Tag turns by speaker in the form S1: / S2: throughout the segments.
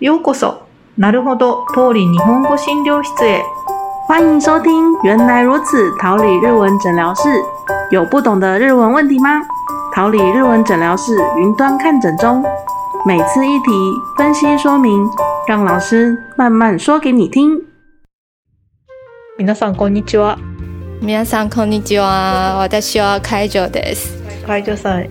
S1: ようこそ、なるほど、通り日本語診療室へ。
S2: 欢迎收听《原来如此》桃李日文诊疗室。有不懂的日文问题吗？桃李日文诊疗室云端看诊中，每次一题分析说明，让老师慢慢说给你听。
S1: 皆さん、こんにちは。
S3: 皆さんこんにちは。私は会長です。
S1: 会長さん、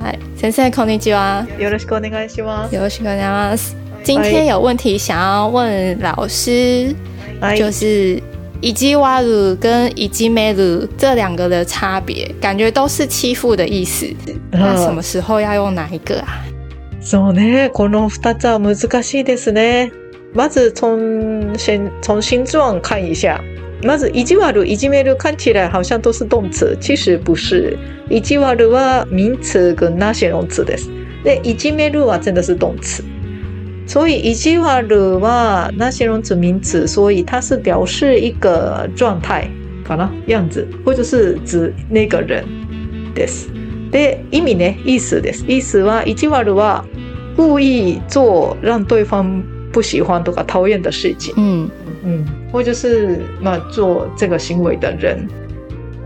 S3: はい、先生こんにちは。
S1: よろしくお願いします。
S3: よろしくお願いします。今天有问题想要问老师，
S1: はい、
S3: 就是以及瓦鲁跟以及梅鲁这两个的差别，感觉都是欺负的意思。
S1: 啊
S3: 那什么时候要用哪一个啊？
S1: そうね、この二つは難しいですね。まず从先从形状看一下。まず意地悪、いじめる看起来好像都是动词，其实不是。意地悪は名词跟那形容词です。で、いじめるは真的是动词。所以意地悪は那形容词名词，所以它是表示一个状态，かな样子，或者是指那个人です。で、意味ね、意思です。意思は、意地悪は、故意做让对方不喜欢とか讨厌的事情，
S3: 嗯，
S1: 嗯，或者是まあ做这个行为的人，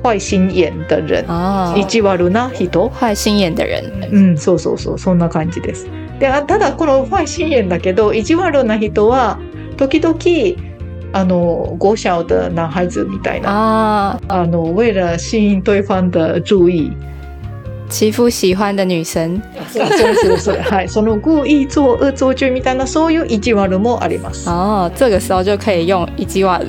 S1: 坏心眼的人，
S3: 哦，
S1: 意地悪な人。
S3: 坏心眼的人，
S1: うん、そうそうそう、そんな感じです。で、あただこのファイ深淵だけど、意地悪な人は時々あのゴシャオ的男孩子みたいな、
S3: 啊，
S1: あの为了吸引对方的注意。
S3: 欺负喜欢的女生，
S1: あそれそれそれ はい、その故意做恶作劇みたいなそういう意地悪もあります。
S3: 哦，这个时候就可以用以及瓦鲁。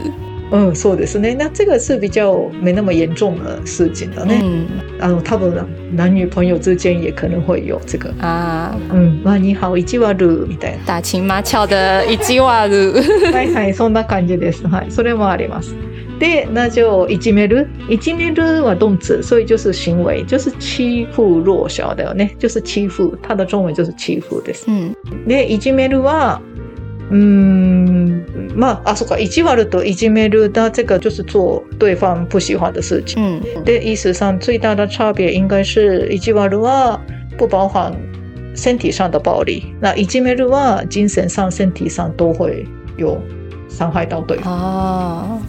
S1: うん、そうですね。那这个是比较没那么严重的事情的ね。
S3: 嗯
S1: あの多分男女朋友之间也可能会有这个。
S3: 啊，
S1: うん、まあ你好意地悪みたい な。
S3: 打情骂俏的以及瓦鲁。
S1: はいはい、そんな感じです。はい、それもあります。で、那就いじめる。いじめるは動词，所以就是行为，就是欺负弱小だよね。就是欺负，它的中文就是欺负です。
S3: 嗯
S1: で、いじめるは、うーん、まあ、あ、そっか、意地悪といじめる的这个就是做对方不喜欢的事情。
S3: 嗯
S1: で、意思上最大的差别应该是意地悪は不包含身体上的暴力，那いじめるは精神上、身体上都会有伤害到对方
S3: 哦，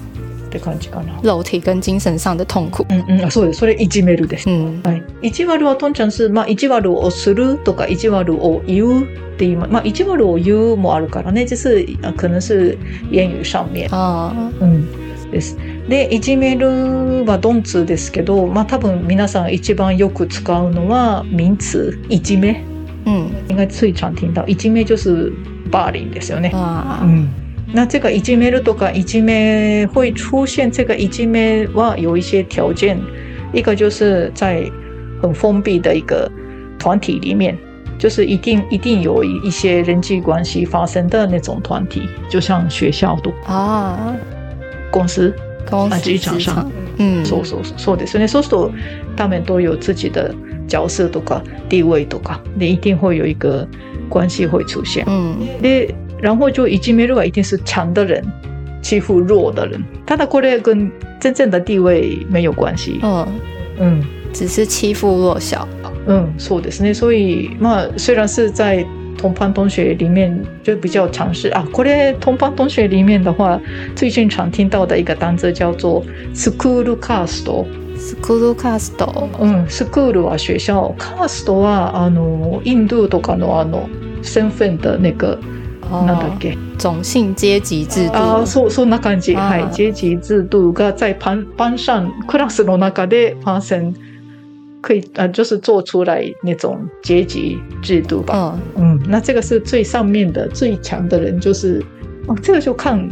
S1: って感じかな。
S3: 肉体跟精神上的痛苦。
S1: うんうん、あそうです。それいじめるです。
S3: 嗯
S1: はい、意地悪はとんちゃんす、まあ、意地悪をするとか意地悪を言うって言いま、まあ、意地悪を言うもあるからね、就是あ可能是言语上面。
S3: 哦，
S1: うん、です。で、いじめるはドンツですけど、まあ多分皆さん一番よく使うのは名詞、いじめ。
S3: 嗯
S1: 应该最常听到、いじめ就是霸凌ですよね。
S3: 哇
S1: 嗯，那这个いじめるとかいじめ会出现这个いじめは有一些条件，一个就是在很封闭的一个团体里面，就是一定一定有一些人际关系发生的那种团体，就像学校的
S3: 啊，
S1: 公司。
S3: 公
S1: 啊
S3: 司
S1: 职场上，
S3: 嗯，
S1: そうそうそうそうですよね。そうすると他们都有自己的角色とか地位とか，你一定会有一个关系会出现。
S3: 嗯
S1: で、然后就いじめるは一定是强的人欺负弱的人。ただこれ跟真正的地位没有关系。
S3: 嗯，
S1: 嗯
S3: 只是欺负弱小。
S1: 嗯，そうですね。所以まあ虽然是在同班同学里面就比较常识啊，これ同班同学里面的话，最近常听到的一个单词叫做 school cast。
S3: School cast，
S1: うん、スクールは学校，カーストはあの印度とかのあの身份的那个なんだ
S3: 哦
S1: っ，け、
S3: 种姓阶级制
S1: あー
S3: 度。
S1: そうそんな感じ、
S3: あ
S1: は
S3: ー
S1: い、阶级制度が在班班上クラスの中で发生，可以啊，就是做出来那种阶级制度吧。
S3: 嗯
S1: 嗯，那这个是最上面的最强的人，就是哦，这个就看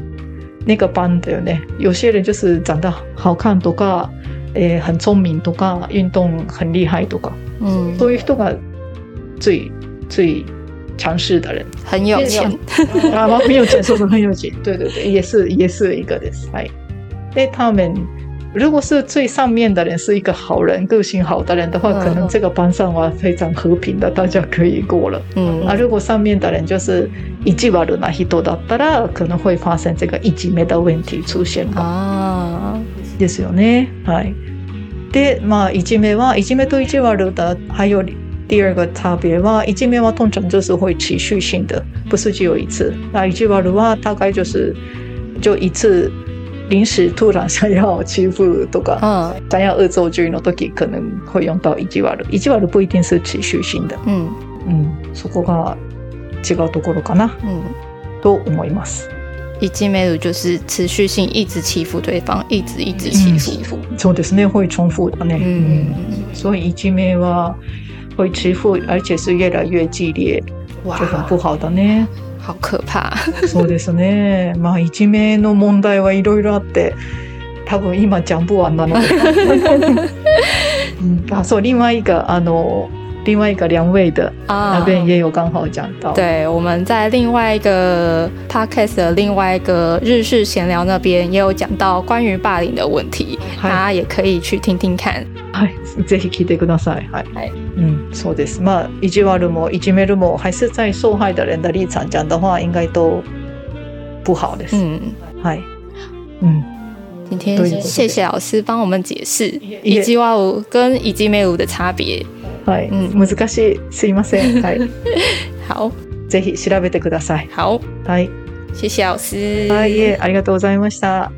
S1: 那个班的よね。有些人就是长得好看とか。えー、很聪明とか運動很厉害とか
S3: 嗯，
S1: そういう人が最最强势的 人。
S3: 很有钱。
S1: 啊，我很有钱，说是很有钱。 对对对，也是也是一个的。哎，那他们如果是最上面的人是一个好人、个性好的人的话，
S3: 嗯
S1: 可能这个班上哇非常和平的，大家可以过了。
S3: 嗯
S1: 啊，如果上面的人就是意地悪な人だったら，可能会发生这个いじめ的问题出现嘛。
S3: 啊，
S1: ですよね。はい。で、まあ、いじめは、いじめと意地悪だ、还有第二个差别は、いじめは通常就是会持续性的，不是只有一次。那いじわるは大概就是就一次临时突然想要欺负とか、
S3: 嗯
S1: 想要恶作剧の時可能会用到いじわる。いじわる不一定是持续性的。
S3: 嗯
S1: うん、そこが違うところかな
S3: 嗯，
S1: と思います。
S3: 一击没辱就是持续性一直欺负对方，一直一直欺负。
S1: そうですね、会重复的ね。
S3: 嗯，嗯
S1: 嗯所以いじめは会重复，而且是越来越激烈，
S3: 哇
S1: 就，很不好的ね。
S3: 好可怕。
S1: そうですね。 まあ、いじめの問題はいろいろあって、多分今讲不完な ので。嗯，啊，そう、另外一个あの另外一个梁位的那
S3: 啊
S1: 边也有刚好讲到。
S3: 对，我们在另外一个 podcast 的另外一个日式闲聊那边也有讲到关于霸凌的问题，大
S1: はい
S3: 家也可以去听听看。
S1: はい、ぜひ聞いてください。はい。
S3: はい
S1: 嗯，そうです。まあ、意地悪もいじめるも、还是在受害的人的立场讲的话，应该都不好です。
S3: 嗯，
S1: はい。嗯，
S3: 今
S1: 对对对
S3: 天谢谢老师帮我们解释
S1: 也
S3: 以及哇舞跟以及美舞的差别。
S1: はい、
S3: うん
S1: 難しい。すいません。 はい。
S3: 好
S1: ぜひ調べてください。
S3: 好，
S1: はい。
S3: 谢谢老师。
S1: 啊はい、いえありがとうございました。